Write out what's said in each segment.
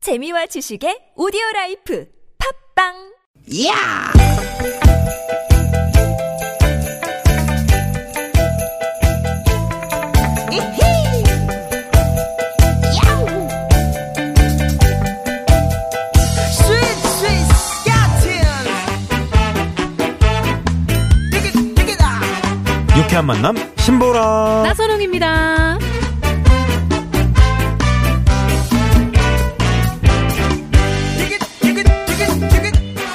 재미와 지식의 오디오 라이프 팝빵 야! 유쾌한 만남 신보라 나선홍입니다.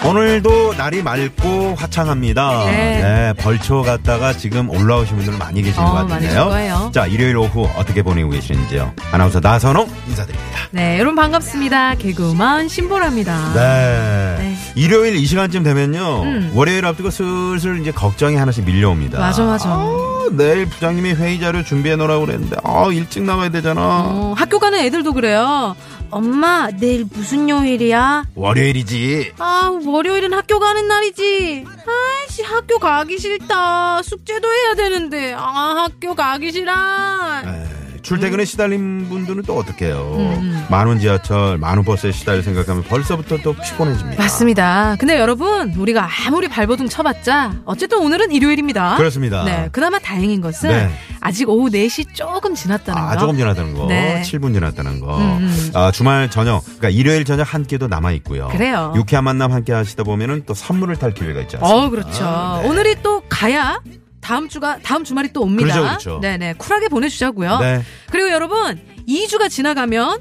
오늘도 날이 맑고 화창합니다 네. 벌초 갔다가 지금 올라오신 분들 많이 계신 것 어, 많이 계실 같은데요 거예요. 자 일요일 오후 어떻게 보내고 계시는지요 아나운서 나선홍 인사드립니다 네, 여러분 반갑습니다. 개그우먼 신보라입니다. 네. 아, 네. 일요일 이 시간쯤 되면요 음. 월요일 앞두고 슬슬 이제 걱정이 하나씩 밀려옵니다 맞아, 맞아. 아, 내일 부장님이 회의 자료 준비해 놓으라고 그랬는데 아 일찍 나가야 되잖아 어, 학교 가는 애들도 그래요. 엄마, 내일 무슨 요일이야? 월요일이지 아, 월요일은 학교 가는 날이지. 아이씨, 학교 가기 싫다. 숙제도 해야 되는데. 아, 학교 가기 싫어. 아. 에, 예, 출퇴근에 시달린 분들은 또 어떡해요. 음. 만원 지하철, 만원 버스에 시달릴 생각하면 벌써부터 또 피곤해집니다. 맞습니다. 근데 여러분, 우리가 아무리 발버둥 쳐봤자, 어쨌든 오늘은 일요일입니다. 그렇습니다. 네, 그나마 다행인 것은 네. 아직 오후 4시 조금 지났다는 아, 거. 조금 지났다는 거. 네. 7분 지났다는 거. 음, 음. 아, 주말 저녁, 그러니까 일요일 저녁 한 끼도 남아있고요. 그래요. 유쾌한 만남 함께 하시다 보면은 또 선물을 탈 기회가 있지 않습니까? 어, 그렇죠. 네. 오늘이 또 가야 다음 주가 다음 주말이 또 옵니다. 그렇죠, 그렇죠. 네네 쿨하게 보내주자고요. 네. 그리고 여러분 2주가 지나가면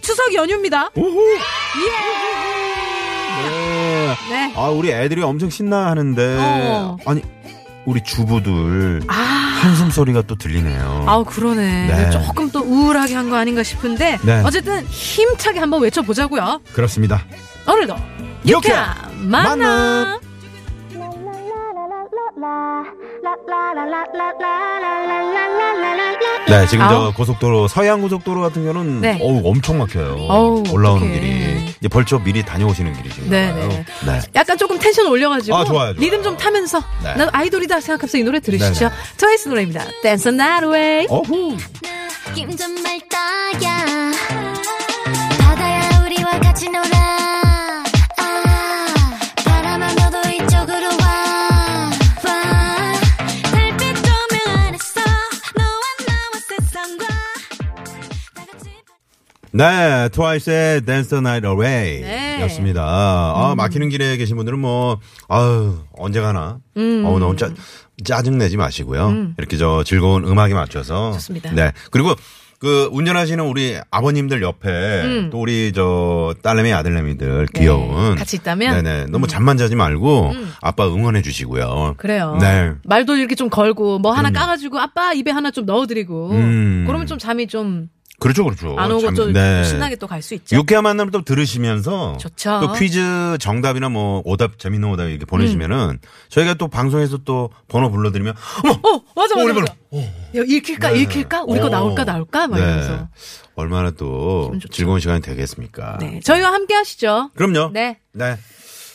추석 연휴입니다. 예! 우후! 네. 네. 아, 우리 애들이 엄청 신나하는데. 어. 아니, 우리 주부들. 아. 한숨 소리가 또 들리네요. 아우 그러네. 네. 조금 또 우울하게 한 거 아닌가 싶은데 네. 어쨌든 힘차게 한번 외쳐보자고요. 그렇습니다. 오늘도 이렇게 유쾌한 만남. 만남. 네, 지금 아우. 저 고속도로 서양 고속도로 같은 경우는 네. 어우 엄청 막혀요. 어우, 올라오는 어떡해. 길이 이제 벌써 미리 다녀오시는 길이신가요? 네, 네. 네. 약간 조금 텐션 올려가지고 아, 좋아요, 좋아요. 리듬 좀 타면서 네. 난 아이돌이다 생각하면서 이 노래 들으시죠. 네, 트와이스 노래입니다. Dance on that way. 어후. 김좀 말따야 바다야 우리와 같이 놀아 아, 바람아 너도 이쪽으로 와, 와. 달빛 조명 안에서 너와 나와 세상과 다 같이 네, 트와이스의 Dance the Night Away 네. 음. 였습니다. 아, 막히는 길에 계신 분들은 뭐, 아유, 언제 가나. 음. 어우, 너무 짜, 짜증내지 마시고요. 이렇게 저 즐거운 음악에 맞춰서. 좋습니다. 네. 그리고 그 운전하시는 우리 아버님들 옆에 또 우리 저 딸내미 아들내미들 귀여운. 음. 네, 같이 있다면? 음. 네네. 너무 잠만 자지 말고 아빠 응원해 주시고요. 그래요. 네. 말도 이렇게 좀 걸고 뭐 하나 까가지고 아빠 입에 하나 좀 넣어드리고 음. 그러면 좀 잠이 좀 안 그렇죠, 그렇죠. 오고 잠- 좀 네. 신나게 또 갈 수 있죠. 유쾌한 만남 또 들으시면서 좋죠. 또 퀴즈 정답이나 뭐 오답 재밌는 오답 이렇게 보내시면은 음. 저희가 또 방송에서 또 번호 불러드리면 어머 어 맞아 어, 맞아. 우리 맞아. 야, 그러니까 읽힐까 네. 읽힐까 우리 거 어. 나올까 나올까 막 네. 이러면서. 얼마나 또 기분 좋죠. 즐거운 시간이 되겠습니까? 네 저희와 함께 하시죠. 그럼요. 네. 네.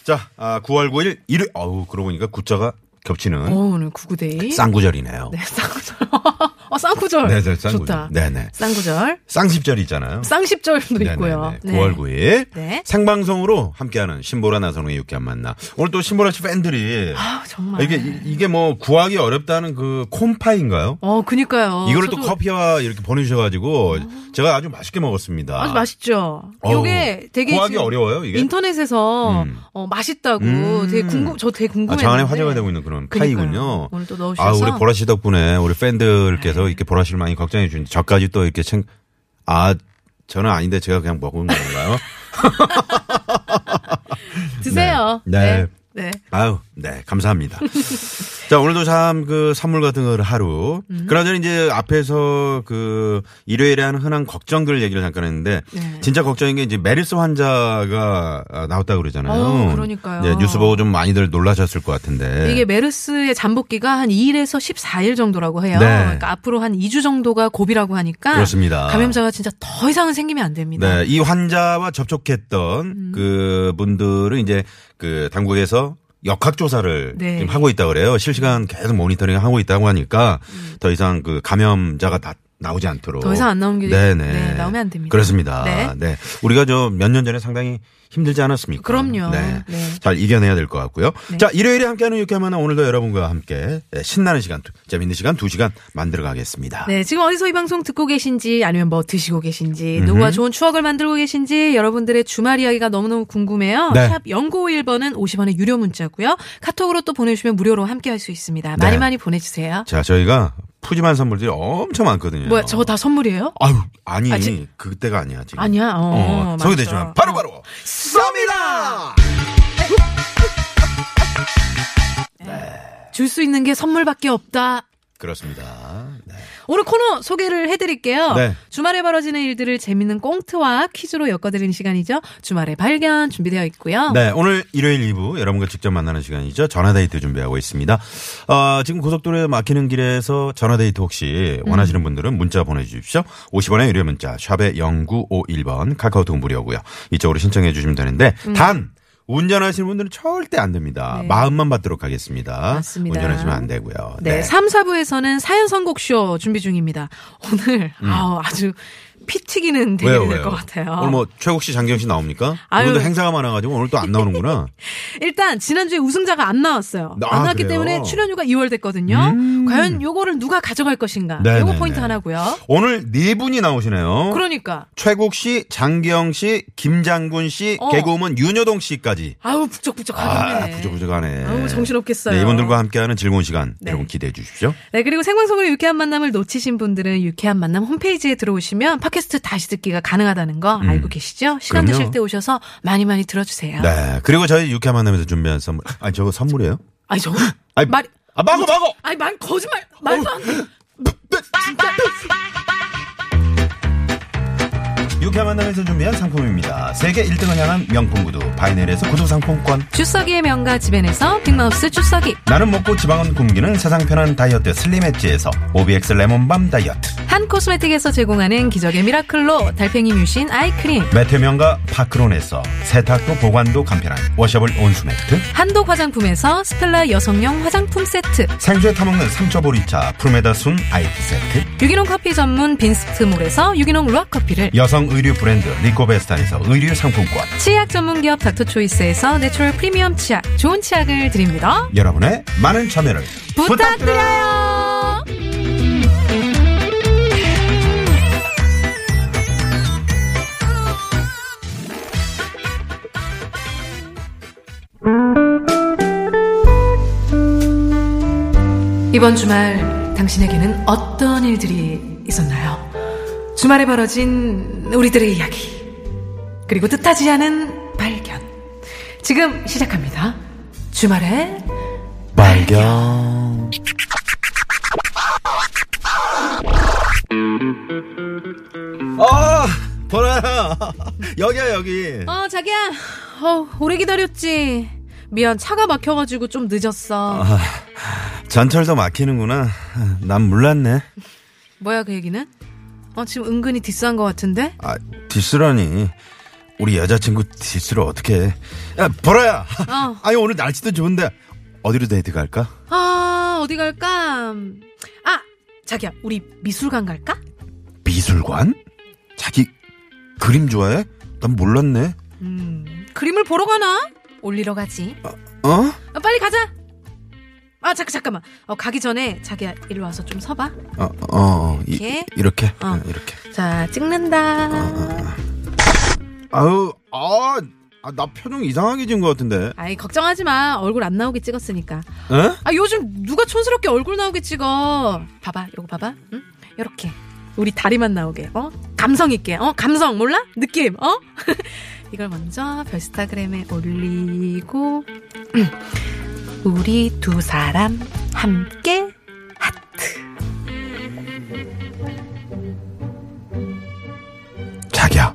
자, 아, 9월 9일 일요 어우 그러고 보니까 구자가 어, 오, 겹치는 오늘 구구데이. 그 쌍구절이네요. 네 쌍구절. 어 쌍구절. 네, 네, 쌍구절. 좋다. 네, 네. 쌍구절. 쌍십절 있잖아요. 쌍십절도 있고요. 네. 9월 9일 네. 생방송으로 함께하는 신보라 나선홍의 유쾌한 만남. 오늘 또 신보라 씨 팬들이 아 정말. 이게 이- 이게 뭐 구하기 어렵다는 그 콤파인가요? 어 그니까요. 이거를 또 저도 커피와 이렇게 보내주셔가지고 제가 아주 맛있게 먹었습니다. 아주 맛있죠. 어우, 요게 되게 구하기 지금 어려워요 이게. 아, 인터넷에서 음. 어, 맛있다고 음. 되게 궁금 저 되게 아, 궁금해요. 장안에 화제가 되고 있는 그런 그러니까요. 파이군요. 오늘 또 아 넣으셔서 네. 우리 보라 씨 덕분에 우리 팬들께서 이렇게 보라 씨를 많이 걱정해 주신 저까지 또 이렇게 챙. 아 저는 아닌데 제가 그냥 먹은 건가요? 드세요. 네. 네. 네. 아유, 네, 감사합니다. 자, 오늘도 참 그 선물 같은 걸 하루. 음. 그나저나 이제 앞에서 그 일요일에 하는 흔한 걱정들 얘기를 잠깐 했는데 네. 진짜 걱정인 게 이제 메르스 환자가 아, 나왔다고 그러잖아요. 어우, 그러니까요. 네, 뉴스 보고 좀 많이들 놀라셨을 것 같은데. 네. 이게 메르스의 잠복기가 한 2일에서 14일 정도라고 해요. 네. 그러니까 앞으로 한 2주 정도가 고비라고 하니까 그렇습니다. 감염자가 진짜 더 이상은 생기면 안 됩니다. 네, 이 환자와 접촉했던 음. 그 분들은 이제 그 당국에서 역학 조사를 네. 지금 하고 있다 그래요. 실시간 계속 모니터링 하고 있다고 하니까 더 이상 그 감염자가 나, 나오지 않도록. 음. 더 이상 안 나오는 게 네네. 네, 나오면 안 됩니다. 그렇습니다. 네. 네. 우리가 저 몇 년 전에 상당히 힘들지 않았습니까? 그럼요. 네. 네. 잘 이겨내야 될 것 같고요. 네. 자, 일요일에 함께하는 유쾌한 만화 오늘도 여러분과 함께 네, 신나는 시간, 두- 재밌는 시간 두 시간 만들어 가겠습니다. 네, 지금 어디서 이 방송 듣고 계신지 아니면 뭐 드시고 계신지 음. 누구와 좋은 추억을 만들고 계신지 여러분들의 주말 이야기가 너무너무 궁금해요. 네. 샵 0951번은 50원의 유료 문자고요. 카톡으로 또 보내주시면 무료로 함께 할 수 있습니다. 많이 네. 많이 보내주세요. 자, 저희가 푸짐한 선물들이 엄청 많거든요. 뭐야, 저거 다 선물이에요? 아유, 아니, 아직- 그때가 아니야, 지금. 아니야. 어, 어, 맞죠. 소개되지만 바로바로 쏩니다! 줄 수 있는 게 선물밖에 없다. 그렇습니다. 네. 오늘 코너 소개를 해드릴게요. 네. 주말에 벌어지는 일들을 재밌는 꽁트와 퀴즈로 엮어드리는 시간이죠. 주말에 발견 준비되어 있고요. 네, 오늘 일요일 2부 여러분과 직접 만나는 시간이죠. 전화데이트 준비하고 있습니다. 어, 지금 고속도로에 막히는 길에서 전화데이트 혹시 음. 원하시는 분들은 문자 보내주십시오. 50원의 유료 문자, 샵의 0951번, 카카오톡 무료고요 이쪽으로 신청해 주시면 되는데, 단! 운전하시는 분들은 절대 안 됩니다. 음. 네. 마음만 받도록 하겠습니다. 맞습니다. 운전하시면 안 되고요. 네, 삼 3, 4부에서는 사연 선곡쇼 준비 중입니다. 오늘 음. 아우, 아주 피 튀기는 대결이 될 것 같아요. 오늘 뭐 최국 씨, 장경 씨 나옵니까? 아유. 오늘도 행사가 많아가지고 오늘 또 안 나오는구나. 일단 지난주에 우승자가 안 나왔어요. 아, 안 나왔기 그래요? 음. 때문에 출연료가 2월 됐거든요. 과연 요거를 누가 가져갈 것인가? 네, 요거 네, 포인트 네. 하나고요. 오늘 네 분이 나오시네요. 그러니까 최국 씨, 장기영 씨, 김장군 씨, 어. 개그우먼 윤여동 씨까지. 아우 북적북적하겠네. 아, 부족부족하네. 아우, 정신없겠어요. 네, 이분들과 함께하는 즐거운 시간 네. 여러분 기대해 주십시오. 네, 그리고 생방송으로 유쾌한 만남을 놓치신 분들은 유쾌한 만남 홈페이지에 들어오시면 팟캐스트 다시 듣기가 가능하다는 거 알고 계시죠? 시간 음. 그럼요. 되실 때 오셔서 많이 많이 들어주세요. 네. 그리고 저희 유쾌한 만남에서 준비한 선물. 아니, 저거 선물이에요? 아니, 저, 아니, 말, 아, 막어, 막어! 아니, 말, 거짓말, 말도 안 돼. 유쾌한 만남에서 준비한 상품입니다. 세계 1등을 향한 명품 구두, 바이넬에서 구두 상품권. 주석이의 명가 집엔에서 빅마우스 주석이, 나는 먹고 지방은 굶기는 세상 편한 다이어트 슬림 엣지에서 오비엑스 레몬밤 다이어트. 한 코스메틱에서 제공하는 기적의 미라클로 달팽이 뮤신 아이크림, 매태명과 파크론에서 세탁도 보관도 간편한 워셔블 온수 매트. 한독 화장품에서 스펠라 여성용 화장품 세트, 생수에 타먹는 삼초보리차 풀메다순 아이티 세트 유기농 커피 전문 빈스트몰에서 유기농 루아커피를, 여성 의류 브랜드 리코베스탄에서 의류 상품권 치약 전문 기업 닥터초이스에서 내추럴 프리미엄 치약, 좋은 치약을 드립니다. 여러분의 많은 참여를 부탁드려요 부탁드려요. 이번 주말 당신에게는 어떤 일들이 있었나요? 주말에 벌어진 우리들의 이야기 그리고 뜻하지 않은 발견 지금 시작합니다. 주말에 발견 아 보라야 여기야 여기 어, 자기야. 어, 오래 기다렸지. 미안, 차가 막혀가지고 좀 늦었어. 전철도 막히는구나 난 몰랐네 뭐야, 그 얘기는? 어, 지금 은근히 디스한 것 같은데? 아 디스라니 우리 여자친구 디스를 어떻게 해 야, 보라야 어. 아니 오늘 날씨도 좋은데 어디로 데이트 갈까 아, 어디 갈까? 아, 자기야, 우리 미술관 갈까? 미술관? 자기 그림 좋아해? 난 몰랐네. 음, 그림을 보러 가나? 올리러 가지. 어? 아, 빨리 가자! 아, 잠깐, 잠깐만. 어, 가기 전에, 자기야, 일로 와서 좀 서봐. 어, 어, 어. 이렇게? 이, 이렇게? 어. 응, 이렇게. 자, 찍는다. 아우, 아, 아, 나 표정 이상하게 지은 것 같은데. 아이, 걱정하지 마. 얼굴 안 나오게 찍었으니까. 응? 아 요즘 누가 촌스럽게 얼굴 나오게 찍어 봐봐 요거 봐봐 응? 요렇게 우리 다리만 나오게 어 감성 있게 어 감성 몰라 느낌 어 이걸 먼저 별스타그램에 올리고 우리 두 사람 함께 자기야.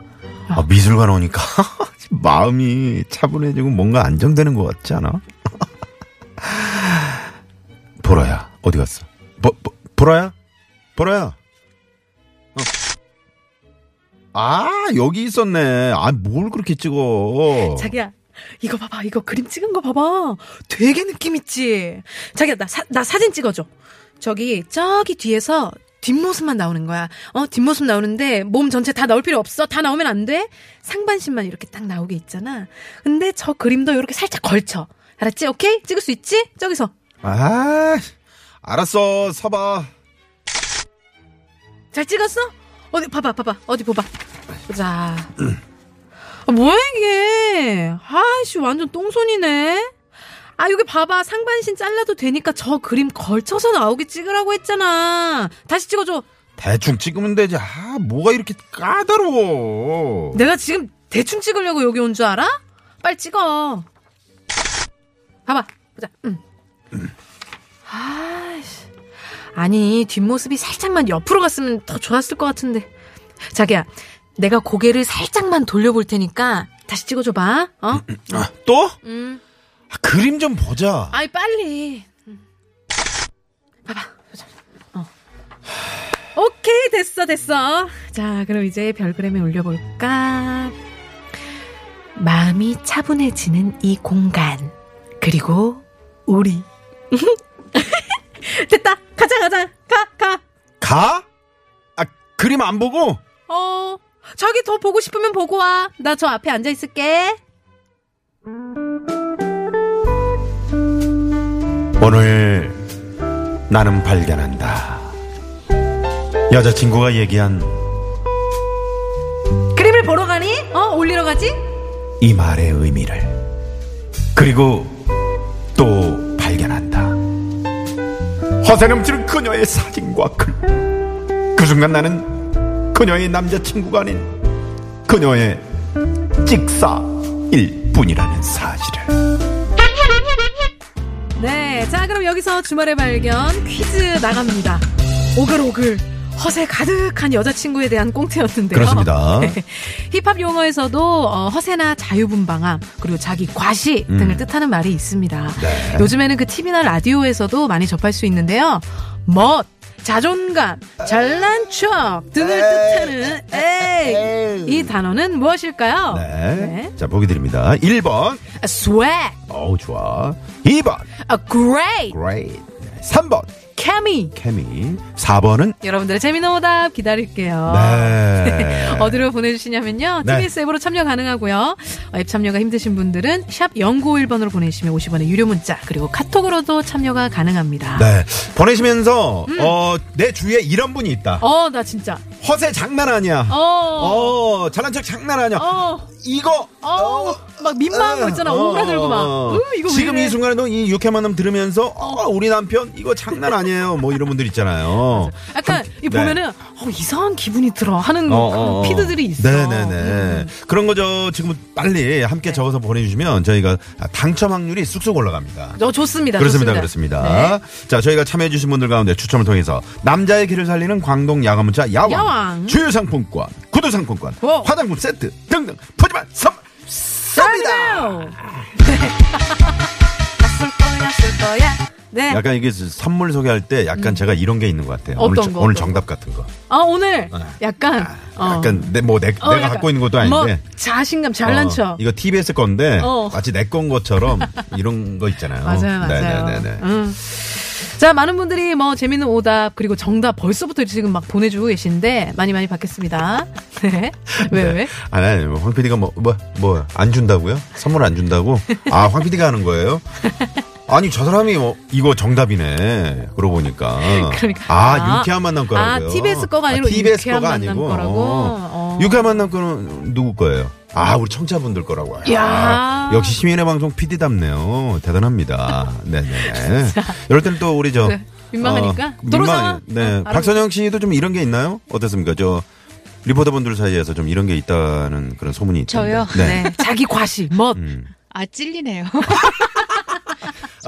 어. 아, 미술관 오니까 마음이 차분해지고 뭔가 안정되는 것 같지 않아? 보라야, 어디 갔어? 보, 보, 보라야? 보라야? 어. 아, 여기 있었네. 아, 뭘 그렇게 찍어. 자기야 이거 봐봐 이거 그림 찍은 거 봐봐 되게 느낌 있지 자기야 나, 사, 나 사진 찍어줘 저기 저기 뒤에서 뒷모습만 나오는 거야. 어, 뒷모습 나오는데 몸 전체 다 나올 필요 없어. 다 나오면 안 돼. 상반신만 이렇게 딱 나오게 있잖아. 근데 저 그림도 이렇게 살짝 걸쳐. 알았지? 오케이? 찍을 수 있지? 저기서. 아, 알았어. 서봐. 잘 찍었어? 어디 봐봐 봐봐 어디 봐봐 보자 아, 뭐야 이게 아이씨 완전 똥손이네 아 여기 봐봐 상반신 잘라도 되니까 저 그림 걸쳐서 나오게 찍으라고 했잖아 다시 찍어줘 대충 찍으면 되지. 아, 뭐가 이렇게 까다로워. 내가 지금 대충 찍으려고 여기 온 줄 알아? 빨리 찍어 봐봐 보자 응. 아이씨 아니 뒷모습이 살짝만 옆으로 갔으면 더 좋았을 것 같은데 자기야 내가 고개를 살짝만 돌려볼 테니까 다시 찍어줘봐 어? 아, 또? 음. 아, 그림 좀 보자. 아이 빨리 음. 봐봐 보자. 어. 오케이 됐어 됐어 자 그럼 이제 별그램에 올려볼까 마음이 차분해지는 이 공간 그리고 우리 됐다 가자 가자 가가 가? 아, 그림 안 보고? 어, 저기 더 보고 싶으면 보고 와. 나 저 앞에 앉아 있을게. 오늘 나는 발견한다. 여자친구가 얘기한 그림을 보러 가니? 어, 올리러 가지? 이 말의 의미를 그리고 또 발견한다. 허세 넘치는 그녀의 사진과 글. 그 순간 나는 그녀의 남자친구가 아닌 그녀의 찍사일 뿐이라는 사실을. 네. 자, 그럼 여기서 주말의 발견 퀴즈 나갑니다. 오글오글. 허세 가득한 여자친구에 대한 꽁트였는데요. 그렇습니다. 힙합 용어에서도 어, 허세나 자유분방함 그리고 자기 과시 등을 음. 뜻하는 말이 있습니다. 네. 요즘에는 그 TV나 라디오에서도 많이 접할 수 있는데요. 멋, 자존감, 잘난 척 등을 뜻하는 에이 이 단어는 무엇일까요? 네. 자, 보기 드립니다. 1번. 아, swag, 어우, 좋아. 2번. 아, great, great. 3번. 케미. 케미. 4번은 여러분들의 재미난 오답 기다릴게요. 네. 아. 어디로 보내주시냐면요. 네. TBS 앱으로 참여 가능하고요. 어, 앱 참여가 힘드신 분들은 샵 0951번으로 보내시면 50원의 유료 문자 그리고 카톡으로도 참여가 가능합니다. 네. 보내시면서, 어, 내 주위에 이런 분이 있다. 어, 나 진짜. 허세 장난 아니야. 어. 어. 잘난 척 장난 아니야. 어. 이거. 어. 어. 막 민망한 거 있잖아. 오그라들고 막. 으, 이거 왜 지금 이래? 이 순간에도 이 유쾌한 만남 들으면서, 어, 우리 남편, 이거 장난 아니에요. 뭐 이런 분들 있잖아요. 약간 한- 네. 이 보면은 어, 이상한 기분이 들어 하는 어, 뭐 그런 어, 어. 피드들이 있어. 네네네. 음. 네. 그런 거죠. 지금 빨리 함께 적어서 보내주시면 저희가 당첨 확률이 쑥쑥 올라갑니다. 어, 좋습니다. 그렇습니다. 좋습니다. 네. 그렇습니다. 자, 저희가 참여해주신 분들 가운데 추첨을 통해서 남자의 길을 살리는 광동 야간 문자 야왕, 야왕. 주요 상품권, 구두 상품권, 오. 화장품 세트 등등 푸짐한 선물 쏩니다. 네. 음. 약간 이게 선물 소개할 때 약간 제가 이런 게 있는 것 같아요. 오늘, 저- 어떤 거, 오늘 어떤 정답 같은 거. 아 오늘 약간 어. 네. 약간 내, 뭐 내, 어, 가 약간 갖고 있는 것도 뭐 아닌데. 자신감 잘난 어, 척. 이거 TBS 건데 어. 마치 내 건 것처럼 이런 거 있잖아요. 맞아요, 맞아요. 어, 네네네. 음. 자, 많은 분들이 뭐 재밌는 오답 그리고 정답 벌써부터 지금 막 보내주고 계신데 많이 많이 받겠습니다. 네. 네. 왜 왜? 아니, 아니, 뭐황 PD가 뭐, 뭐, 뭐, 안 준다고요? 선물 안 준다고? 아, 황 PD가 하는 거예요? 아니, 저 사람이 뭐, 이거 정답이네. 그러고 보니까. 그러니까. 아, 아, 유쾌한 만남 거라고요? 아, TBS 거가 아니고 TBS 유쾌한 거가 만남 아니고. 거라고? 어. 유쾌한 만남 거는 누구 거예요? 아, 우리 청자분들 거라고. 야. 역시 시민의 방송 PD답네요. 대단합니다. 네네. 이럴 때는 또 우리 저. 네, 민망하니까? 도로 상황? 민망. 네. 어, 박선영 씨도 좀 이런 게 있나요? 어떻습니까? 저 리포터분들 사이에서 좀 이런 게 있다는 그런 소문이 있던데. 저요? 네. 네. 자기 과시, 멋. 음. 아 찔리네요.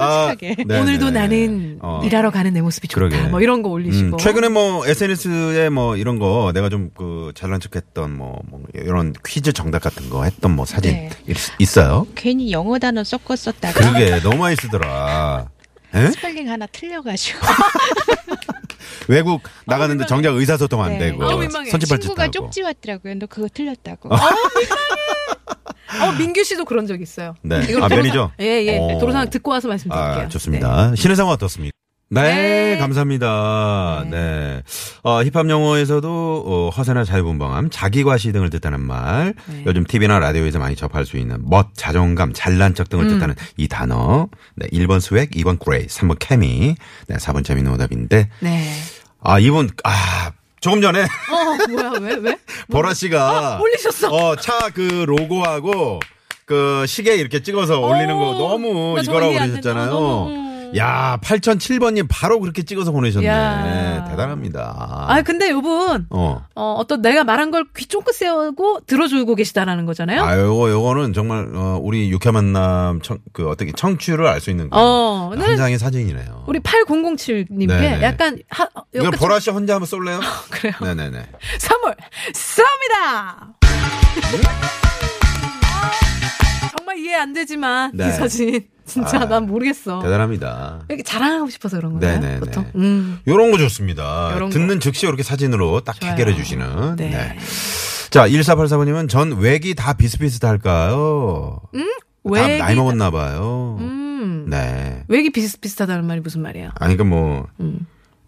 아, 솔직하게. 네네. 오늘도 나는 어. 일하러 가는 내 모습이 좋다. 그러게. 뭐 이런 거 올리시고. 음, 최근에 뭐 SNS에 뭐 이런 거 내가 좀 그 잘난 척했던 뭐, 뭐 이런 퀴즈 정답 같은 거 했던 뭐 사진 네. 있, 어요 괜히 영어 단어 섞어 썼다가 그러게 너무 많이 쓰더라. 에? 스펠링 하나 틀려가지고 외국 나갔는데 정작 의사소통 안 네. 되고 아우, 민망해. 선짓발짓 친구가 하고. 쪽지 왔더라고요. 너 그거 아. 틀렸다고. 어, 민규 씨도 그런 적 있어요. 네. 이거 아, 도로 매니저? 상- 예, 예. 어. 도로상 듣고 와서 말씀드릴게요. 아, 좋습니다. 신의 아, 상황 어떻습니까? 네, 네. 감사합니다. 네. 어, 힙합 영어에서도 어, 허세나 자유분방함, 자기과시 등을 뜻하는 말, 네. 요즘 TV나 라디오에서 많이 접할 수 있는 멋, 자존감, 잘난 척 등을 뜻하는 이 단어. 네, 1번 스웩, 2번 그레이, 3번 케미, 네, 4번 재미있는 오답인데, 네. 아, 2번, 아, 조금 전에 어, 뭐야, 왜, 왜? 보라 씨가 아, 올리셨어. 어, 차 그 로고하고 그 시계 이렇게 찍어서 올리는 거 너무 나 저거 이거라고 이해 안 그러셨잖아요. 된다. 너무, 음. 야, 8007번님 바로 그렇게 찍어서 보내셨네. 야. 대단합니다. 아, 근데 요분, 어. 어, 어떤 내가 말한 걸 귀 쫑긋 세우고 들어주고 계시다라는 거잖아요? 아, 요거, 요거는 정말, 어, 우리 육회 만남 청, 그, 어떻게, 청취를 알 수 있는. 어, 그런 네. 한 장의 사진이네요. 우리 8007님께 음. 네네. 약간, 하, 어, 이거 약간 보라 씨 혼자 한번 쏠래요? 그래요? 네네네. 선물 쏩니다! 네? 정말 이해 안 되지만, 네. 이 사진. 진짜 아, 난 모르겠어. 대단합니다. 이렇게 자랑하고 싶어서 그런 거예요. 네네네. 보통. 음. 요런 거 좋습니다. 요런 거. 듣는 즉시 이렇게 사진으로 딱 좋아요. 해결해 주시는. 네. 네. 자, 1484번님은 전 외기 다 비슷비슷할까요? 음? 외기 나이 다- 먹었나 봐요. 음. 네. 외기 비슷비슷하다는 말이 무슨 말이에요? 아니, 그러니까 뭐,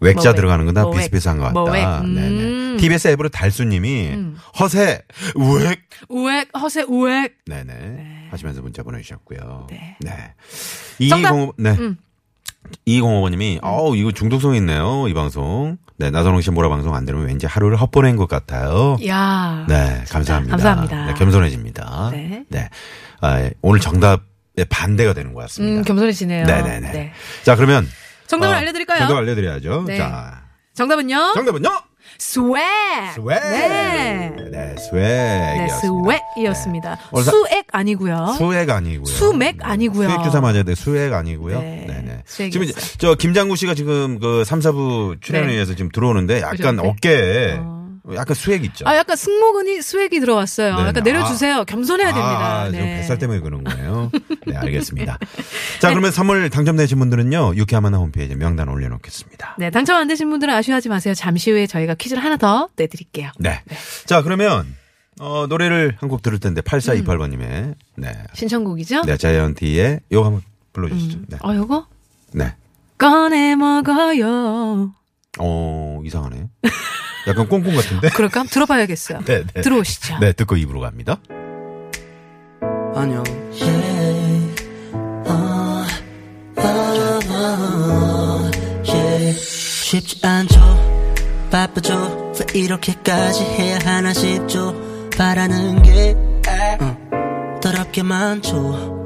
외자 뭐 들어가는 건 다 뭐 비슷비슷한 것 외- 같다. 뭐 외- 음. 네네. TBS 앱으로 달수님이 허세, 우액. 우액, 허세 우액. 네네. 하시면서 문자 보내주셨고요. 네. 네. 정답! 음. 205, 네. 205번님이, 어우, 이거 중독성 있네요, 이 방송. 네, 나선홍 씨 모라 방송 안 들으면 왠지 하루를 헛보낸 것 같아요. 야. 네, 감사합니다. 예. 감사합니다. 네, 겸손해집니다. 네. 아, 오늘 정답의 반대가 되는 것 같습니다. 음, 겸손해지네요. 네네네. 네. 자, 그러면. 정답을 어, 알려드릴까요? 정답 알려드려야죠. 네. 자, 정답은요? 정답은요? 스웩. 스웩! 네. 네, 네, 스웩. 스웩이었습니다. 오늘 사- 수액 아니고요. 네. 수액 아니고요. 수맥 아니고요. 수액 주사 맞아야 돼. 수액 아니고요. 네, 네, 네. 지금 수액이었어요. 이제 저 김장구 씨가 지금 그 3, 4부 출연에 네. 의해서 지금 들어오는데 약간 그러셨는데? 어깨에 어. 약간 수액 있죠. 아, 약간 승모근이 수액이 들어왔어요. 네네. 약간 내려주세요. 겸손해야 됩니다. 아, 지금 네. 뱃살 때문에 그런 거예요. 네, 알겠습니다. 자, 그러면 선물 당첨되신 분들은요, 유쾌한 만화 홈페이지에 명단 올려놓겠습니다. 네, 당첨 안 되신 분들은 아쉬워하지 마세요. 잠시 후에 저희가 퀴즈를 하나 더 내드릴게요. 네. 자, 그러면, 어, 노래를 한 곡 들을 텐데, 음. 8428번님의, 네. 신청곡이죠? 네, 자이언티의 요거 한번 불러주시죠. 네. 어, 요거? 네. 꺼내 먹어요. 어, 이상하네. 약간 꽁꽁 같은데? 그럴까? 한번 들어봐야겠어요. 네, 네. 들어오시죠. 네, 듣고 입으로 갑니다. 안녕. 쉽지 않죠. 바쁘죠. 왜 이렇게까지 해야 하나 싶죠. 바라는 게 아, 더럽게 많죠.